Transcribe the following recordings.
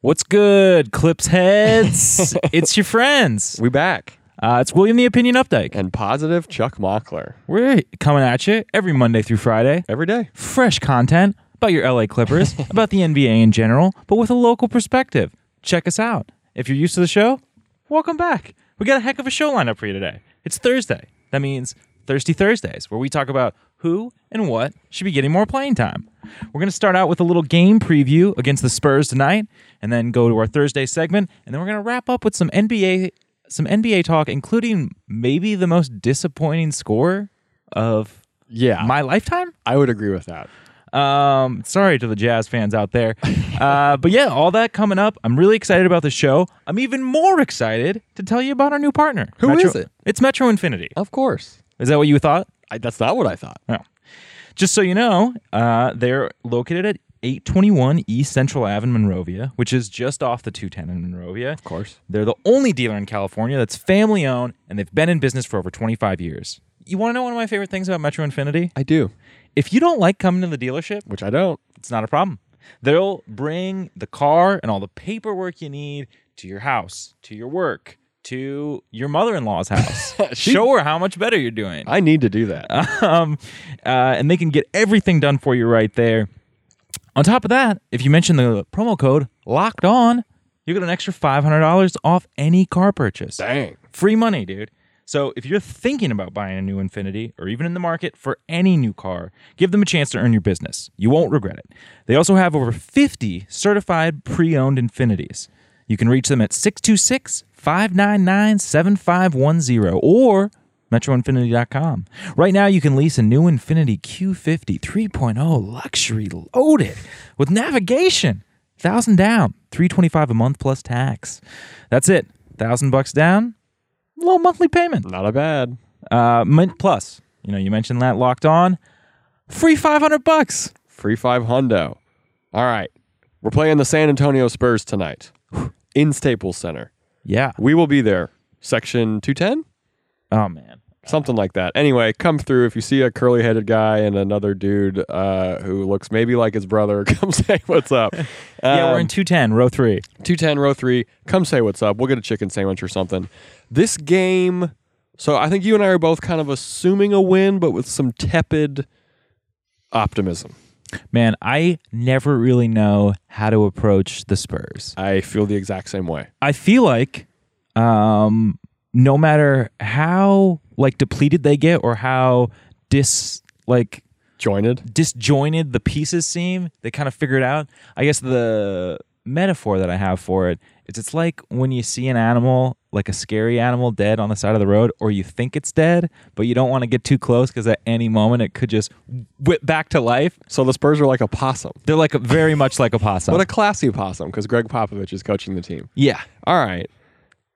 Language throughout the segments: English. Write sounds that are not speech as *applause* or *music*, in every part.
What's good, Clips heads? it's your friends. We back Uh, it's William the Opinion Updike. and positive Chuck Mockler We're coming at you every Monday through Friday. every day. Fresh content about your LA Clippers, about the NBA in general, but with a local perspective. Check us out. If you're used to the show, welcome back. We got a heck of a show lineup for you today. It's Thursday. That means Thirsty Thursdays, where we talk about who and what should be getting more playing time. We're going to start out with a little game preview against the Spurs tonight, and then go to our Thursday segment, and then we're going to wrap up with some NBA some NBA talk, including maybe the most disappointing score of Yeah, my lifetime. I would agree with that. Um, sorry to the Jazz fans out *laughs* there. Uh, but yeah, all that coming up. I'm really excited about the show. I'm even more excited to tell you about our new partner. Who Who is is it? It's Metro Infinity. Of course, Is that what you thought? I, that's not what I thought. No. Just so you know, uh, they're located at 821 East Central Ave in Monrovia, which is just off the 210 in Monrovia. Of course. They're the only dealer in California that's family owned, and they've been in business for over 25 years. You want to know one of my favorite things about Metro Infinity? I do, If you don't like coming to the dealership, which I don't. it's not a problem. They'll bring the car and all the paperwork you need to your house, to your work, to your mother in law's house. *laughs* She- Show her how much better you're doing. I need to do that. *laughs* Um, uh, and they can get everything done for you right there. On top of that, if you mention the promo code locked on, you get an extra $500 off any car purchase. Dang. Free money, dude. So if you're thinking about buying a new Infinity or even in the market for any new car, give them a chance to earn your business. You won't regret it. They also have over 50 certified pre owned Infinities. You can reach them at 626 599 7510 or MetroInfinity.com. Right now, you can lease a new Infinity Q50 3.0 luxury loaded with navigation. 1000 down, 325 a month plus tax. That's it. 1000 bucks down, low monthly payment. Not a bad. Uh, min- plus, you know, you mentioned that locked on, free five hundred bucks. Free five hundo. All right, we're playing the San Antonio Spurs tonight *sighs* in Staples Center. Yeah. We will be there. Section two ten. Oh man. something like that. Anyway, come through if you see a curly headed guy and another dude uh, who looks maybe like his brother. *laughs* Come say what's *laughs* up. yeah, we're in two ten, row three. two ten row three. Come say what's up. We'll get a chicken sandwich or something. This game. So I think you and I are both kind of assuming a win, but with some tepid optimism. Man, I never really know how to approach the Spurs. I feel the exact same way. I feel like, um, no matter how like depleted they get or how dis like Joined. disjointed the pieces seem. They kind of figure it out. I guess the metaphor that I have for it is it's like when you see an animal, like a scary animal, dead on the side of the road, or you think it's dead, but you don't want to get too close because at any moment it could just whip back to life. So the Spurs are like a possum, They're like a, very much like a possum. but a classy possum because Greg Popovich is coaching the team. yeah, All right.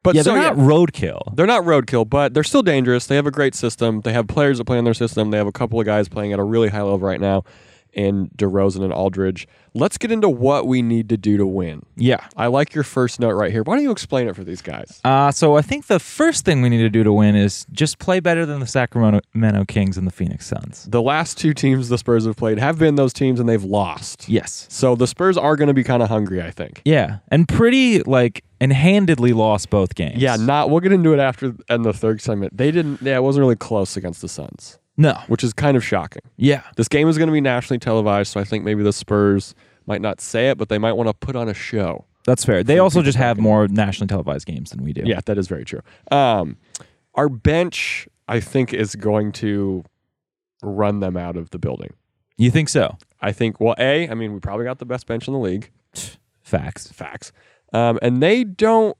But yeah. so They're not roadkill. They're not roadkill, but they're still dangerous. They have a great system. They have players that play on their system. They have a couple of guys playing at a really high level right now in DeRozan and Aldridge. Let's get into what we need to do to win. Yeah. I like your first note right here. Why don't you explain it for these guys? Uh, so I think the first thing we need to do to win is just play better than the Sacramento Kings and the Phoenix Suns. The last two teams the Spurs have played have been those teams and they've lost. Yes. So the Spurs are going to be kind of hungry, I think. Yeah, and pretty like and handedly lost both games. Yeah, not we'll get into it after and the third segment. They didn't yeah, it wasn't really close against the Suns, no. which is kind of shocking. Yeah, This game is going to be nationally televised, so I think maybe the Spurs might not say it, but they might want to put on a show. that's fair. They also just have more nationally televised games than we do. Yeah, that is very true. Um, our bench, I think, is going to run them out of the building. you think so? I think, well, A, I mean, we probably got the best bench in the league. Facts. *sniffs* Facts. Um, and they don't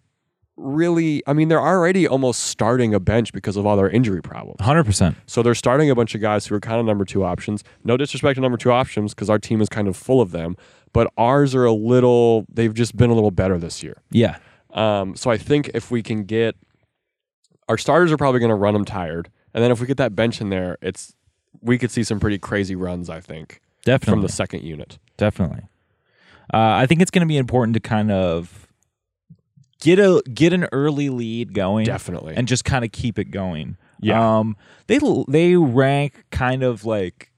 really, I mean, they're already almost starting a bench because of all their injury problems. Hundred percent. So they're starting a bunch of guys who are kind of number two options. No disrespect to number two options because our team is kind of full of them, but ours are a little, they've just been a little better this year. Yeah. Um, so I think if we can get our starters are probably going to run them tired. And then if we get that bench in there, it's we could see some pretty crazy runs, I think, Definitely. from the second unit. Definitely. Uh, I think it's going to be important to kind of get a get an early lead going. Definitely. And just kind of keep it going. Yeah. Um, they they rank kind of like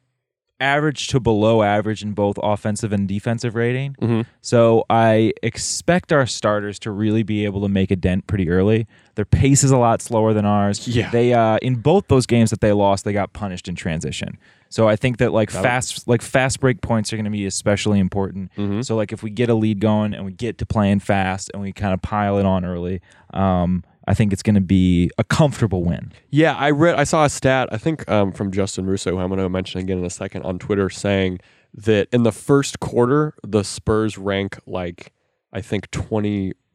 average to below average in both offensive and defensive rating. Hmm. So I expect our starters to really be able to make a dent pretty early. Their pace is a lot slower than ours. Yeah. They uh, in both those games that they lost, they got punished in transition. So I think that like fast like fast break points are going to be especially important. Mm-hmm. So like if we get a lead going and we get to playing fast and we kind of pile it on early, um, I think it's going to be a comfortable win. Yeah, I read. I saw a stat. I think um, from Justin Russo, who I'm going to mention again in a second on Twitter, saying that in the first quarter, the Spurs rank like I think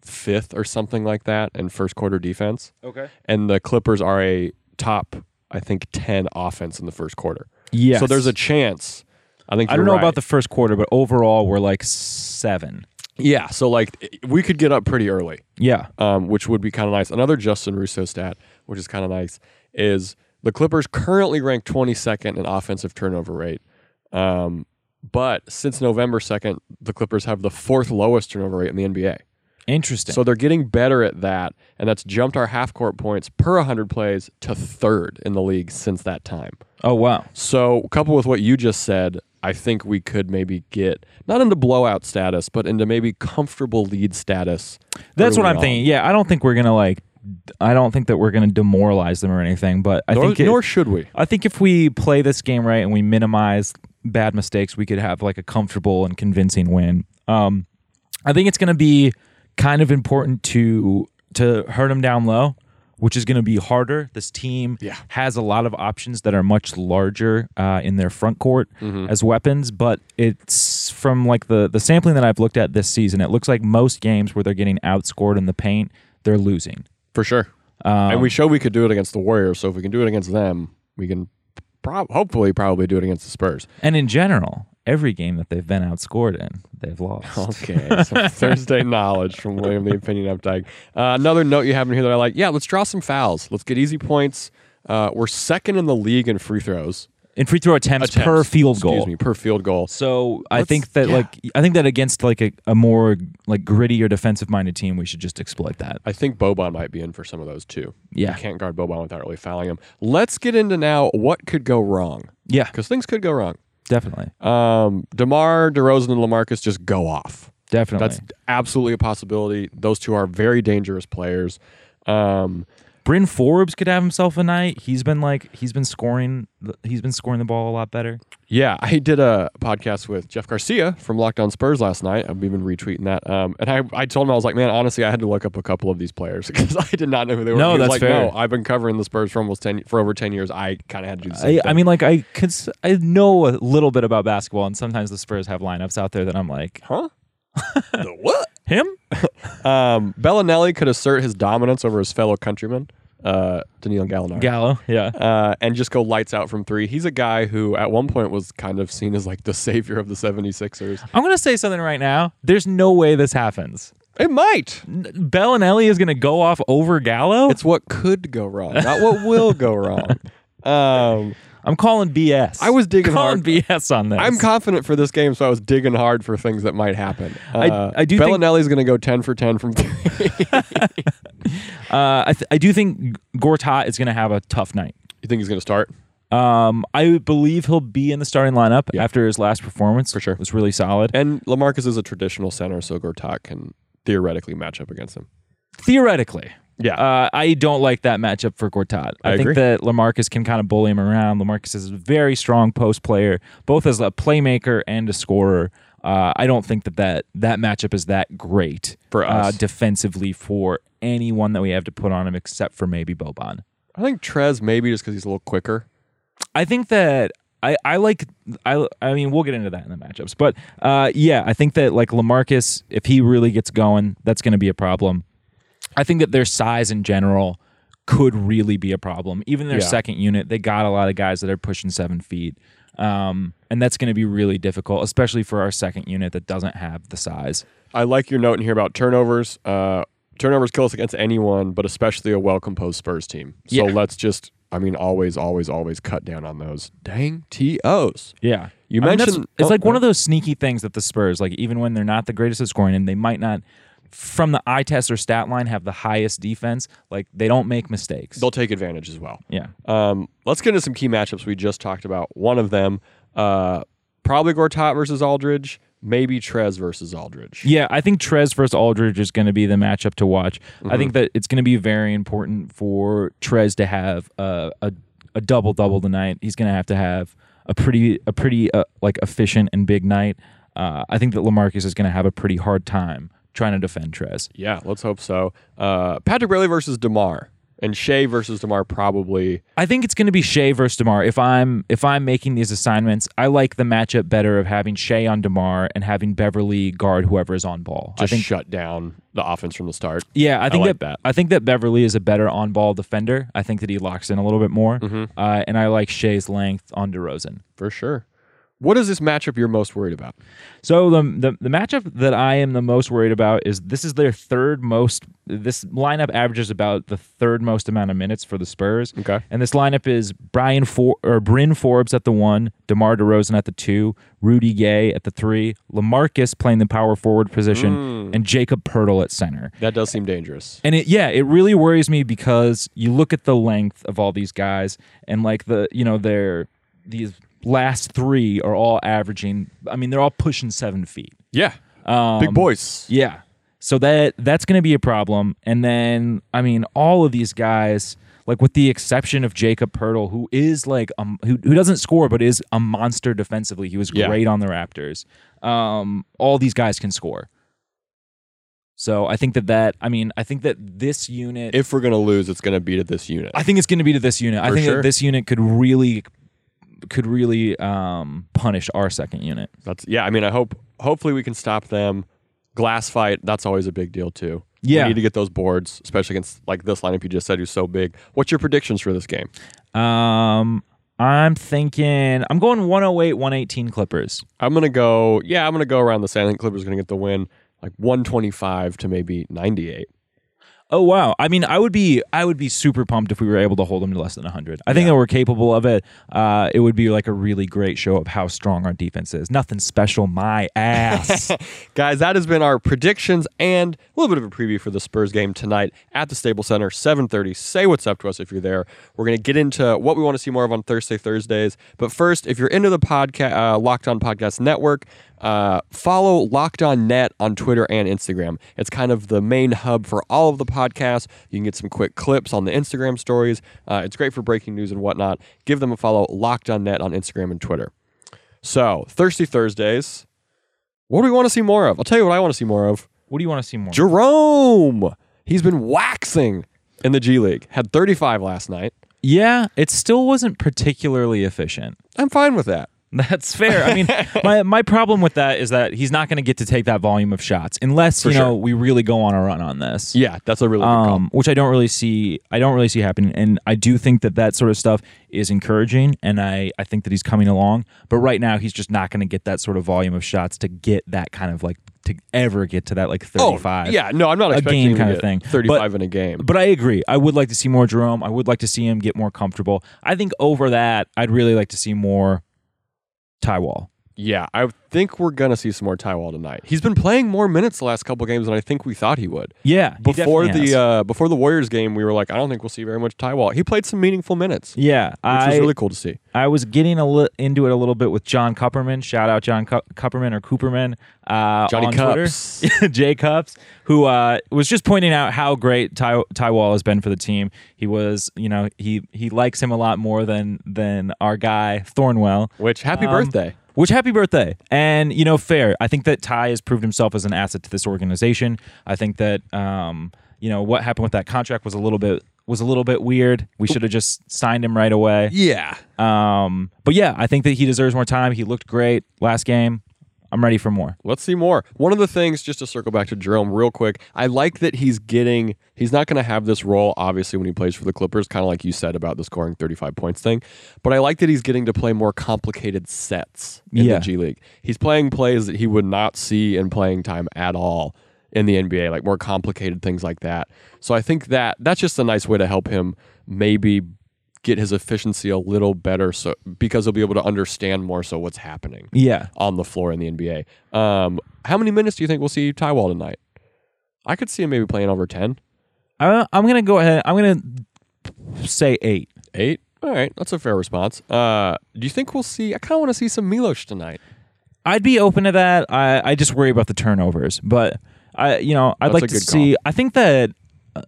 25th or something like that in first quarter defense, Okay. and the Clippers are a top, I think, 10 offense in the first quarter. Yes. So there's a chance. I think I don't know you're right. about the first quarter, but overall we're like seven. yeah. So like i- we could get up pretty early. Yeah. um, which would be kind of nice. Another Justin Russo stat, which is kind of nice, is the Clippers currently rank 22nd in offensive turnover rate. Um, but since November 2nd, the Clippers have the fourth lowest turnover rate in the NBA. Interesting. So they're getting better at that, and that's jumped our half court points per 100 plays to third in the league since that time. oh wow. So, coupled with what you just said, I think we could maybe get not into blowout status, but into maybe comfortable lead status. That's what early I'm on. thinking. Yeah, I don't think we're gonna like. d- I don't think that we're gonna demoralize them or anything. But I Nor, think it- nor should we. I think if we play this game right and we minimize bad mistakes, we could have like a comfortable and convincing win. Um, I think it's gonna be kind of important to to hurt them down low, which is gonna be harder. This team Yeah. has a lot of options that are much larger uh, in their front court as weapons. But it's from like the the sampling that I've looked at this season, it looks like most games where they're getting outscored in the paint, they're losing. For sure. and Um, we showed we could do it against the Warriors, so if we can do it against them, we can prob- hopefully probably do it against the Spurs. And in general, every game that they've been outscored in, they've lost. *laughs* Okay. So Thursday knowledge from William the Opinion Updike. Uh, another note you have in here that I like. Yeah, let's draw some fouls. Let's get easy points. Uh, we're second in the league in free throws in free throw attempts, per Attempts. field goal. Excuse me, per field goal. So I Let's- think that yeah. like I think that against like a, a more like gritty or defensive minded team, we should just exploit that. I think Boban might be in for some of those too. Yeah. You can't guard Boban without really fouling him. Let's get into now what could go wrong Yeah, because things could go wrong. definitely, Um, DeMar, DeRozan, and LaMarcus just go off. definitely. That's absolutely a possibility. Those two are very dangerous players. Um, Bryn Forbes could have himself a night. He's been like he's been scoring the- he's been scoring the ball a lot better. yeah, I did a podcast with Jeff Garcia from Lockdown Spurs last night. I've been retweeting that. Um, and I, I told him, I was like, man, honestly, I had to look up a couple of these players *laughs* because I did not know who they were. No, He was that's like, fair. No, I've been covering the Spurs for almost 10, for over 10 years. I kind of had to do the same I, I thing. mean, like I could s- I know a little bit about basketball, and sometimes the Spurs have lineups out there that I'm like *laughs* huh? the what? him. *laughs* Um, Bellinelli could assert his dominance over his fellow countryman, uh, Danilo Gallinari. Gallo, *laughs* yeah, uh, and just go lights out from three. He's a guy who at one point was kind of seen as like the savior of the 76ers. I'm gonna say something right now. There's no way this happens. It might. Bell and Ellie is gonna go off over Gallo. It's what could go wrong, not what will go *laughs* wrong. Um, I'm calling BS. I was digging calling hard. BS on this. I'm confident for this game, so I was digging hard for things that might happen. Uh, I do think- Bellinelli's going to go 10 for 10 from three. *laughs* Uh, I, th- I do think Gortat is going to have a tough night. you think he's going to start? Um, I believe he'll be in the starting lineup after his last performance. For sure. was really solid. And Lamarcus is a traditional center, so Gortat can theoretically match up against him. Theoretically, Yeah. uh, I don't like that matchup for Gortat. I, I think agree. that Lamarcus can kind of bully him around. Lamarcus is a very strong post player, both as a playmaker and a scorer. Uh, I don't think that, that that matchup is that great For uh, us. defensively for anyone that we have to put on him, except for maybe Boban. I think Trez maybe just because he's a little quicker. I think that I, I like I I mean we'll get into that in the matchups, but uh, yeah, I think that like Lamarcus, if he really gets going, that's going to be a problem. I think that their size in general could really be a problem. Even their Yeah. second unit, they got a lot of guys that are pushing seven feet, um, and that's going to be really difficult, especially for our second unit that doesn't have the size. I like your note in here about turnovers. Uh, turnovers kill us against anyone, but especially a well composed Spurs team. So Yeah. let's just, I mean, always, always, always cut down on those dang TOs. Yeah. You that's- mentioned- it's oh, like one yeah. of those sneaky things that the Spurs, like even when they're not the greatest at scoring and they might not from the eye test or stat line have the highest defense, like they don't make mistakes. They'll take advantage as well. yeah. Um, let's get into some key matchups we just talked about. One of them, Uh, probably Gortat versus Aldridge. Maybe Trez versus Aldridge. Yeah, I think Trez versus Aldridge is going to be the matchup to watch. I Mm-hmm. think that it's going to be very important for Trez to have uh, a a double double tonight. He's going to have to have a pretty a pretty uh, like efficient and big night. Uh, I think that Lamarcus is going to have a pretty hard time trying to defend Trez. Yeah, let's hope so. Uh, Patrick Bailey versus Demar and Shea versus Demar probably. I think it's going to be Shea versus Demar. If I'm if I'm making these assignments, I like the matchup better of having Shea on Demar and having Beverly guard whoever is on ball. I Just think shut down the offense from the start. Yeah, I think like that. that, I think that Beverly is a better on-ball defender. I think that he locks in a little bit more, Mm-hmm. uh, and I like Shea's length on DeRozan. For sure. What is this matchup you're most worried about? So the, the the matchup that I am the most worried about is this is their third most. This lineup averages about the third most amount of minutes for the Spurs. Okay. and this lineup is Brian For or Bryn Forbes at the one, Demar Derozan at the two, Rudy Gay at the three, Lamarcus playing the power forward position, and Jacob Pertle at center. That does seem dangerous. And it yeah, it really worries me because you look at the length of all these guys and like the you know their these last three are all averaging. I mean they're all pushing seven feet. Yeah. Big boys. Yeah. So that that's going to be a problem. And then I mean all of these guys like with the exception of Jacob Pertle who is like um who, who doesn't score but is a monster defensively. He was Yeah. great on the Raptors. Um all these guys can score. So I think that that I mean I think that this unit If we're going to lose, it's going to be to this unit. I think it's going to be to this unit. I For think sure. that this unit could really, could really um, punish our second unit. That's yeah. I mean, I hope hopefully we can stop them. Glass fight. That's always a big deal too. Yeah. we need to get those boards, especially against like this lineup you just said who's so big. What's your predictions for this game? Um, I'm thinking I'm going 108, 118 Clippers. I'm gonna go. Yeah, I'm gonna go around the same. I think Clippers are gonna get the win, like 125 to maybe 98. Oh wow! I mean, I would be I would be super pumped if we were able to hold them to less than 100. I think that we're capable of it. Uh, it would be like a really great show of how strong our defense is. Nothing special, my ass. Guys, that has been our predictions and a little bit of a preview for the Spurs game tonight at the Staples Center, 7:30. Say what's up to us if you're there. We're going to get into what we want to see more of on Thursday Thursdays. But first, if you're into the podcast uh, Locked On Podcast Network, uh, follow Locked On Net on Twitter and Instagram. It's kind of the main hub for all of the podcasts. You can get some quick clips on the Instagram stories. Uh, it's great for breaking news and whatnot. Give them a follow, Locked On Net on Instagram and Twitter. So, Thirsty Thursdays. What do we want to see more of? I'll tell you what I want to see more of. what do you want to see more? Jerome. He's been waxing in the G League. Had 35 last night. yeah, it still wasn't particularly efficient. *laughs* I'm fine with that. That's fair. I mean, my my problem with that is that he's not going to get to take that volume of shots unless you know sure. we really go on a run on this. Yeah, that's a really good call. Um, which I don't really see. I don't really see happening, and I do think that that sort of stuff is encouraging, and I I think that he's coming along. But right now, he's just not going to get that sort of volume of shots to get that kind of like to ever get to that like thirty five. oh, yeah, no, I'm not a expecting game him to kind of get thing. 35 But- in a game. But I agree. I would like to see more Jerome. I would like to see him get more comfortable. I think over that, I'd really like to see more Ty Wall. Yeah, I think we're gonna see some more Tywall tonight. He's been playing more minutes the last couple games than I think we thought he would. Yeah, he Before definitely has. the uh, before the Warriors game, we were like, I don't think we'll see very much Tywall. He played some meaningful minutes, which Yeah, I was really cool to see. I was getting a li- into it a little bit with John Cupperman. Shout out John Cu- Cupperman or Cooperman uh, Johnny on Cups. Twitter, *laughs* Jay Cups, who uh, was just pointing out how great Ty-, Ty Wall has been for the team. He was, you know, he he likes him a lot more than than our guy Thornwell. Which happy Um, birthday! Which happy birthday. And, you know, fair. I think that Ty has proved himself as an asset to this organization. I think that um, you know, what happened with that contract was a little bit was a little bit weird. We should have just signed him right away. Yeah, Um, but yeah, I think that he deserves more time. He looked great last game. I'm ready for more. Let's see more. One of the things, just to circle back to Jerome real quick, I like that he's getting, he's not going to have this role, obviously, when he plays for the Clippers, kind of like you said about the scoring 35 points thing. But I like that he's getting to play more complicated sets in Yeah. the G League. He's playing plays that he would not see in playing time at all in the NBA, like more complicated things like that. So I think that that's just a nice way to help him maybe get his efficiency a little better so because he'll be able to understand more so what's happening Yeah. on the floor in the NBA. Um, how many minutes do you think we'll see Tywall tonight? I could see him maybe playing over 10, Uh, I'm going to go ahead. I'm going to say eight. 8. All right, that's a fair response. Uh, do you think we'll see? I kind of want to see some Milos tonight. I'd be open to that. I, I just worry about the turnovers, but I you know I'd That's like a to good see. I think that uh,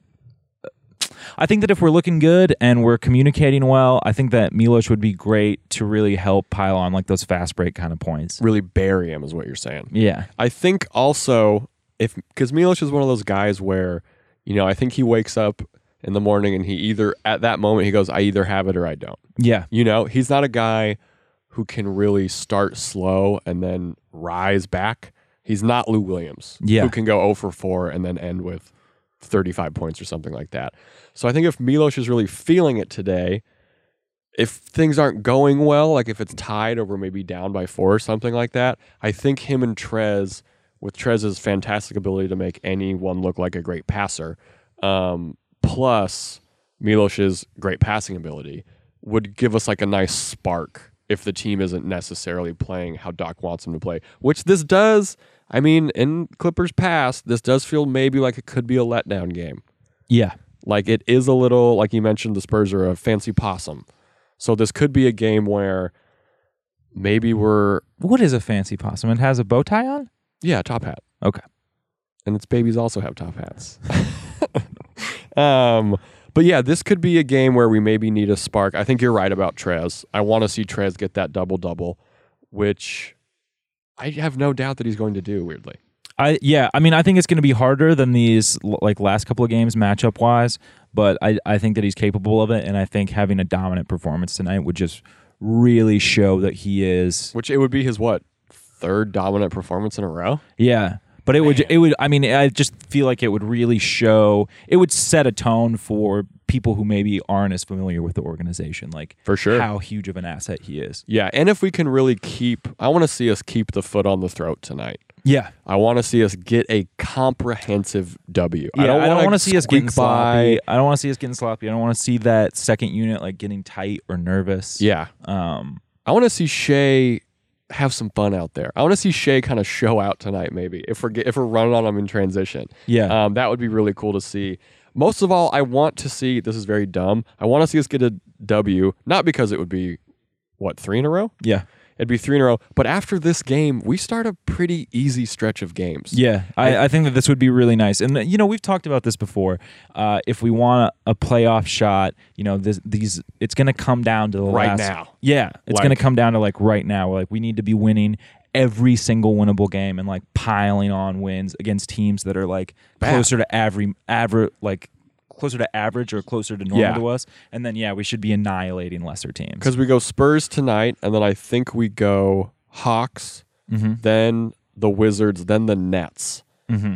I think that if we're looking good and we're communicating well, I think that Milos would be great to really help pile on like those fast break kind of points. Really bury him is what you're saying. Yeah, I think also if because Milos is one of those guys where you know I think he wakes up in the morning and he either at that moment he goes I either have it or I don't. yeah, You know, he's not a guy who can really start slow and then rise back. He's not Lou Williams, Yeah. who can go 0 for 4 and then end with 35 points or something like that. So I think if Milos is really feeling it today, if things aren't going well, like if it's tied or we're maybe down by four or something like that, I think him and Trez, with Trez's fantastic ability to make anyone look like a great passer, um, plus Milos's great passing ability, would give us like a nice spark if the team isn't necessarily playing how Doc wants them to play, which this does. I mean, in Clippers past, this does feel maybe like it could be a letdown game. yeah, Like it is a little, like you mentioned, the Spurs are a fancy possum. So this could be a game where maybe we're, What is a fancy possum? It has a bow tie on? yeah, top hat. Okay. And its babies also have top hats. *laughs* um, but yeah, this could be a game where we maybe need a spark. I think you're right about Trez. I want to see Trez get that double double, which I have no doubt that he's going to do, weirdly. I yeah, I mean I think it's going to be harder than these l- like last couple of games matchup wise, but I I think that he's capable of it and I think having a dominant performance tonight would just really show that he is Which it would be his what? Third dominant performance in a row? yeah. But it would it would I mean I just feel like it would really show it would set a tone for people who maybe aren't as familiar with the organization like For sure. how huge of an asset he is. Yeah, and if we can really keep I want to see us keep the foot on the throat tonight. Yeah. I want to see us get a comprehensive W. Yeah, I don't, want to see us getting squeak sloppy. I don't want to see us getting sloppy. I don't want to see that second unit like getting tight or nervous. Yeah. Um. I want to see Shea have some fun out there. I want to see Shea kind of show out tonight, maybe if we're get, if we're running on him in transition. Yeah. um, that would be really cool to see. Most of all, I want to see. This is very dumb. I want to see us get a W, not because it would be what three in a row. yeah. It'd be three in a row. But after this game, we start a pretty easy stretch of games. Yeah. I, I think that this would be really nice. And you know, we've talked about this before. Uh, if we want a, a playoff shot, you know, this, these it's going to come down to the Right last- now. Yeah, it's going Like- to come down to like right now. Like we need to be winning every single winnable game and like piling on wins against teams that are like closer to every average like closer to average or closer to normal Yeah. to us and then yeah we should be annihilating lesser teams Because we go Spurs tonight, and then I think we go Hawks, then the Wizards, then the Nets,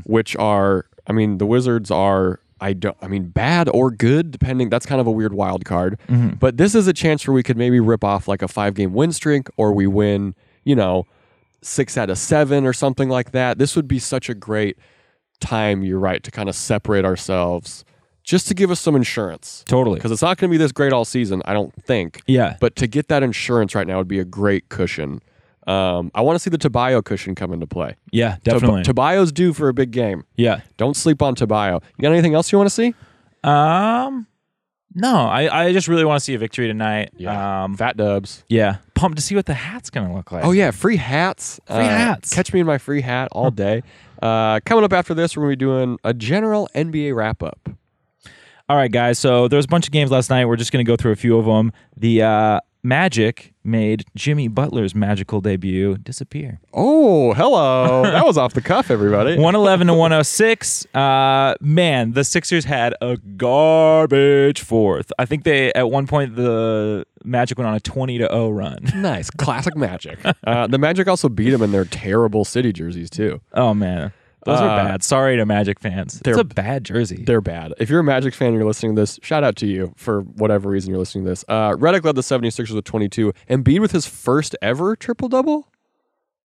which are, I mean, the Wizards are, I don't, I mean, bad or good, depending. That's kind of a weird wild card. But this is a chance where we could maybe rip off like a five game win streak, or we win, you know, six out of seven or something like that. This would be such a great time, you're right, to kind of separate ourselves just to give us some insurance. totally Because it's not going to be this great all season, I don't think. yeah But to get that insurance right now would be a great cushion. Um, I want to see the Tobayo cushion come into play. yeah Tob- definitely Tobayo's due for a big game. yeah Don't sleep on Tobayo. You got anything else you want to see? Um, no, I, I just really want to see a victory tonight. Um, Fat Dubs. yeah, pumped to see what the hat's gonna look like. Oh yeah, free hats. Free hats. Catch me in my free hat *laughs* all day. uh, coming up after this, we're gonna be doing a general NBA wrap up. All right, guys. So there was a bunch of games last night. We're just gonna go through a few of them. The uh, Magic made Jimmy Butler's magical debut *laughs* disappear. Oh, hello. that was off the cuff, everybody. 111 to 106. Uh, man, the Sixers had a garbage fourth. I think they at one point the Magic went on a 20 to 0 run. *laughs* *laughs* Nice, classic Magic. *laughs* uh, the Magic also beat them in their terrible city jerseys too. Oh man, those are Uh, bad. Sorry to Magic fans. It's they're- a bad jersey. They're bad. If you're a Magic fan and you're listening to this, shout out to you for whatever reason you're listening to this. Uh, Reddick led the 76ers with 22. Embiid with his first ever triple double?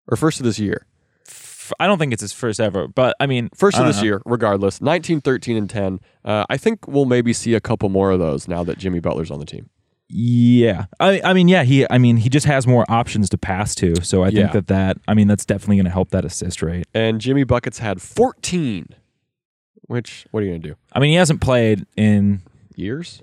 Or first of this year? f- I don't think it's his first ever, but I mean, First I of don't this know. year, regardless. 19, 13, and 10. Uh, I think we'll maybe see a couple more of those now that Jimmy Butler's on the team. Yeah, I, I mean, yeah, he, I mean, he just has more options to pass to, so I Yeah. think that that, I mean, that's definitely going to help that assist rate. And Jimmy Buckets had 14, which, what are you going to do? I mean, he hasn't played in Years?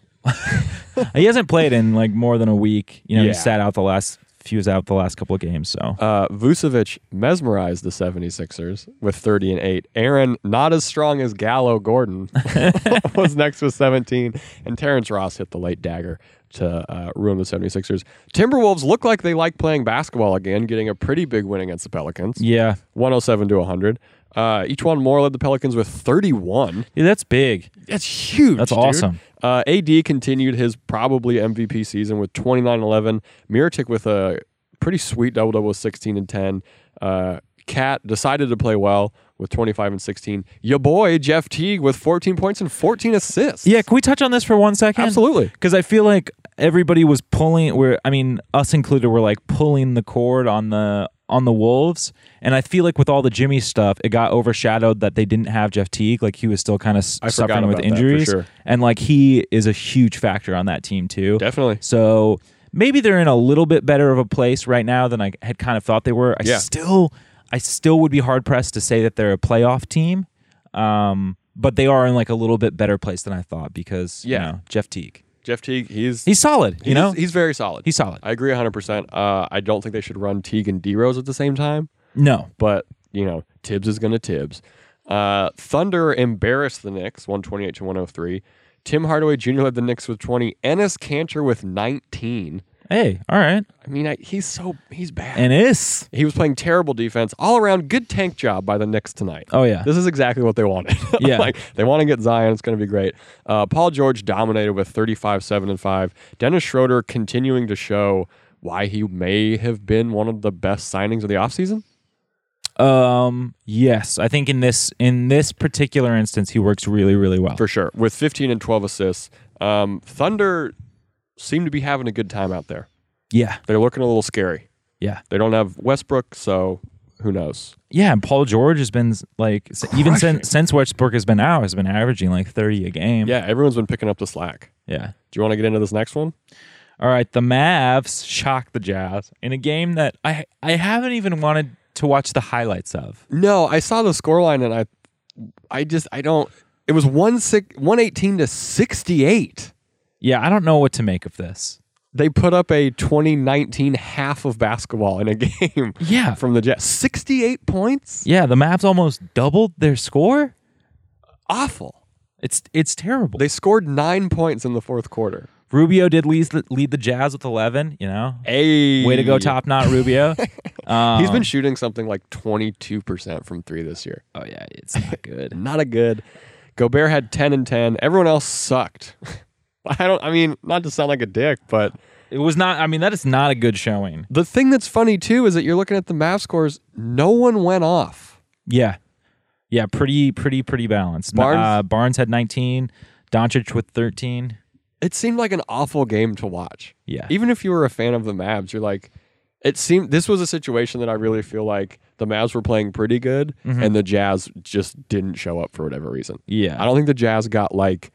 he hasn't played in like more than a week. You know, Yeah. he sat out the last few was out the last couple of games. So Uh, Vucevic mesmerized the 76ers with 30 and 8. Aaron, not as strong as Gallo Gordon, *laughs* was next with 17. And Terrence Ross hit the late dagger to uh, ruin the 76ers. Timberwolves look like they like playing basketball again, getting a pretty big win against the Pelicans yeah. 107 to 100. Uh, Etuan Moore led the Pelicans with 31. yeah, that's big. That's huge. That's dude. awesome. Uh, AD continued his probably MVP season with 29 11. Miritic with a pretty sweet double double, 16 and 10. Uh, Cat decided to play well with 25 and 16. Your boy, Jeff Teague, with 14 points and 14 assists. Yeah, can we touch on this for one second? Absolutely. Because I feel like everybody was pulling. Where I mean, us included, were like pulling the cord on the on the Wolves, and I feel like with all the Jimmy stuff, it got overshadowed that they didn't have Jeff Teague. Like he was still kind of forgot suffering with about that, for injuries, sure. and like he is a huge factor on that team too. Definitely. So maybe they're in a little bit better of a place right now than I had kind of thought they were. I Yeah. still I still would be hard pressed to say that they're a playoff team. Um, but they are in like a little bit better place than I thought because Yeah. you know, Jeff Teague. Jeff Teague, he's. He's solid, you he's- know? He's very solid. He's solid. I agree 100%. Uh, I don't think they should run Teague and D Rose at the same time. no. but you know Tibbs is going to Tibbs. Uh, Thunder embarrassed the Knicks, one twenty eight to one hundred three. Tim Hardaway Jr. led the Knicks with twenty. Ennis Cantor with nineteen. Hey, all right. I mean, I, he's so he's bad. And is. he was playing terrible defense all around. Good tank job by the Knicks tonight. Oh yeah. This is exactly what they wanted. *laughs* Yeah. like they want to get Zion. It's going to be great. Uh, Paul George dominated with 35, 7, and 5. Dennis Schroeder continuing to show why he may have been one of the best signings of the offseason. Um yes. I think in this in this particular instance he works really, really well. for sure with 15 and 12 assists um, thunder seem to be having a good time out there yeah. they're looking a little scary Yeah. they don't have westbrook so who knows Yeah, and Paul George has been like s- even Crushing. since since Westbrook has been out, has been averaging like thirty a game. yeah everyone's been picking up the slack yeah. do you want to get into this next one All right, the Mavs shocked the Jazz in a game that I I haven't even wanted to watch the highlights of. no i saw the scoreline and i i just i don't it was one six, 118 to 68 Yeah, I don't know what to make of this. they put up a 2019 half of basketball in a *laughs* game Yeah. from the jets 68 points Yeah, the Mavs almost doubled their score. awful It's it's terrible. they scored nine points in the fourth quarter Rubio did lead the, lead the Jazz with 11, you know. Hey, Way to go top knot *laughs* Rubio. Um, He's been shooting something like 22% from three this year. Oh yeah, it's *laughs* not good. Not a good. Gobert had 10 and 10. Everyone else sucked. *laughs* I don't, I mean, not to sound like a dick, but it was not I mean that is not a good showing. the thing that's funny too is that you're looking at the map scores, no one went off. Yeah. Yeah, pretty, pretty, pretty balanced. Barnes? Uh, Barnes had 19, Doncic with 13. It seemed like an awful game to watch. Yeah. Even if you were a fan of the Mavs, you're like, it seemed this was a situation that I really feel like the Mavs were playing pretty good Mm-hmm. and the Jazz just didn't show up for whatever reason. Yeah. I don't think the Jazz got like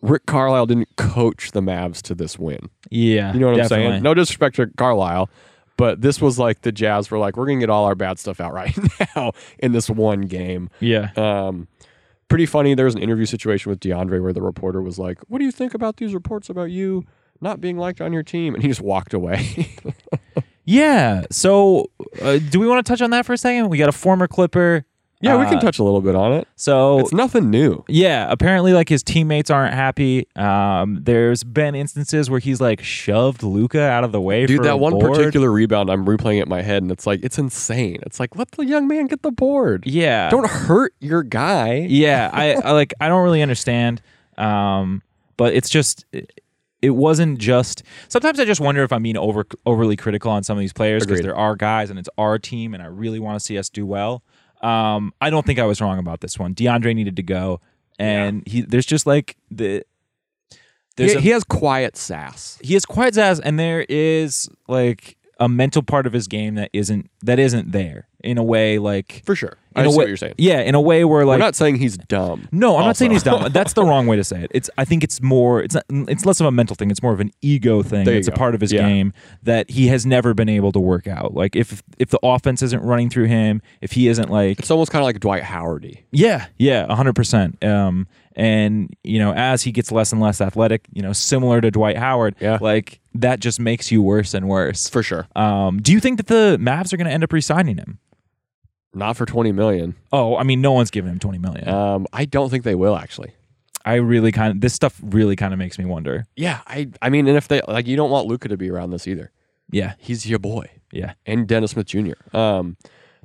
Rick Carlisle didn't coach the Mavs to this win. yeah. You know what I'm definitely. saying? No disrespect to Carlisle, but this was like the Jazz were like, we're gonna get all our bad stuff out right *laughs* now in this one game. Yeah. Um, pretty funny. There was an interview situation with DeAndre where the reporter was like, "What do you think about these reports about you not being liked on your team?" And he just walked away. *laughs* Yeah. So, uh, do we want to touch on that for a second? We got a former Clipper. yeah, we can Uh, touch a little bit on it. So, It's nothing new. yeah, apparently, like his teammates aren't happy. Um, there's been instances where he's like shoved Luca out of the way. Dude, for a that one board. particular rebound, I'm replaying it in my head, and it's like it's insane. It's like let the young man get the board. Yeah. Don't hurt your guy. yeah. I, I like. I don't really understand. Um, but it's just. It, it wasn't just. Sometimes I just wonder if I'm being over overly critical on some of these players because Agreed. they're our guys and it's our team, and I really want to see us do well. Um, I don't think I was wrong about this one. DeAndre needed to go, and he there's just like the He, there's a- he has quiet sass. he is quite zazz and there is like a mental part of his game that isn't that isn't there in a way like For sure. in I a see way, what you're saying. Yeah, in a way where like We're not saying he's dumb. no, I'm not saying he's also. *laughs* dumb. That's the wrong way to say it. It's I think it's more it's not, it's less of a mental thing. It's more of an ego thing. There you It's a go. part of his Yeah. game that he has never been able to work out. Like if if the offense isn't running through him, if he isn't like It's almost kind of like Dwight Howardy. yeah, yeah, 100%. Um, and, you know, as he gets less and less athletic, you know, similar to Dwight Howard, Yeah. like that just makes you worse and worse. For sure. Um, do you think that the Mavs are going to end up re signing him? Not for 20 million. Oh, I mean, no one's giving him 20 million. Um, I don't think they will actually. I really kind of, this stuff really kind of makes me wonder. Yeah, I I mean, and if they like, you don't want Luca to be around this either. Yeah, He's your boy, yeah. and Dennis Smith Jr. Um,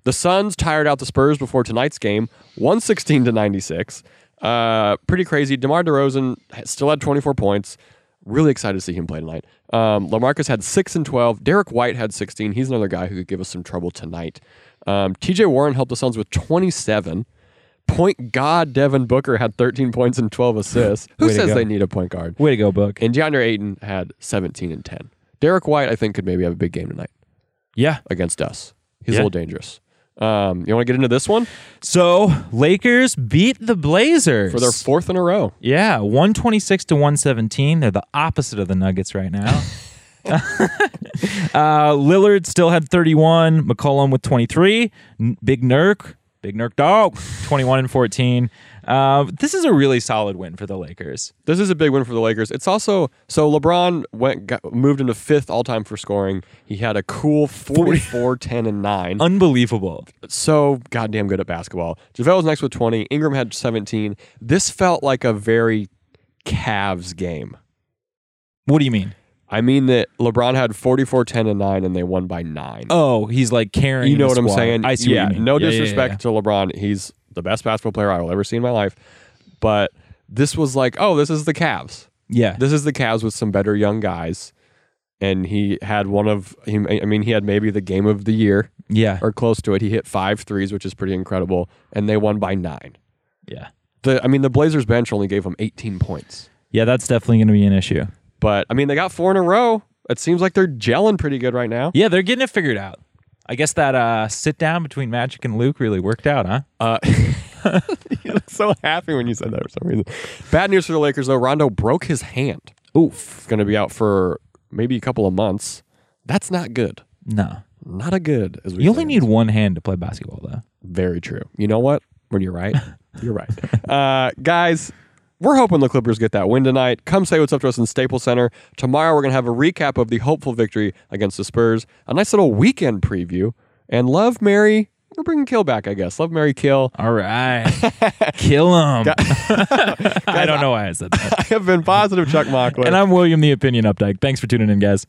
the Suns tired out the Spurs before tonight's game, one sixteen to ninety six. Uh, pretty crazy. DeMar DeRozan ha- still had twenty four points. Really excited to see him play tonight. Um, Lamarcus had six and twelve. Derek White had sixteen. He's another guy who could give us some trouble tonight. Um, T.J. Warren helped the Suns with twenty seven. Point guard Devin Booker had 13 points and 12 assists. *laughs* Who Way to says go. they need a point guard? Way to go, Book. And DeAndre Ayton had 17 and 10. Derek White, I think, could maybe have a big game tonight Yeah. against us. He's Yeah. a little dangerous. Um, you want to get into this one So, Lakers beat the Blazers for their fourth in a row? Yeah, 126 to 117. They're the opposite of the Nuggets right now. *laughs* uh, Lillard still had 31, McCollum with 23, N- Big Nurk, Big Nurk dog, 21 and 14. Uh, this is a really solid win for the Lakers. This is a big win for the Lakers. It's also so LeBron went got, moved into fifth all time for scoring. He had a cool 44, 10, and nine. Unbelievable. so goddamn good at basketball. JaVale was next with 20. Ingram had 17. This felt like a very Cavs game. What do you mean? I mean that LeBron had 44, 10, and nine, and they won by nine. Oh, he's like carrying. You know the what I'm squad. saying? I see. Yeah, what you mean. no Yeah, yeah, yeah, disrespect to LeBron. He's the best basketball player I will ever see in my life. But this was like, oh, this is the Cavs. Yeah. This is the Cavs with some better young guys. And he had one of, he, I mean, he had maybe the game of the year yeah, or close to it. He hit five threes, which is pretty incredible. And they won by nine. yeah, The, I mean, the Blazers bench only gave him 18 points. yeah. That's definitely going to be an issue. But I mean, they got four in a row. It seems like they're gelling pretty good right now. Yeah, they're getting it figured out. I guess that uh, sit down between Magic and Luke really worked out, huh? Uh, *laughs* you look so happy when you said that for some reason. Bad news for the Lakers though. Rondo broke his hand. Oof. Going to be out for maybe a couple of months. That's not good. No. Not a good. As we You say. only need one hand to play basketball, though. Very true. You know what? When *laughs* you're right, you're right. Uh, guys, we're hoping the Clippers get that win tonight. Come say what's up to us in Staples Center. Tomorrow, we're going to have a recap of the hopeful victory against the Spurs, a nice little weekend preview, and love, Mary. We're bringing Kill back, I guess. Love, Mary, Kill. All right. Kill him. *laughs* I don't know why I said that. *laughs* I have been positive, Chuck Mockler. And I'm William the Opinion Updike. Thanks for tuning in, guys.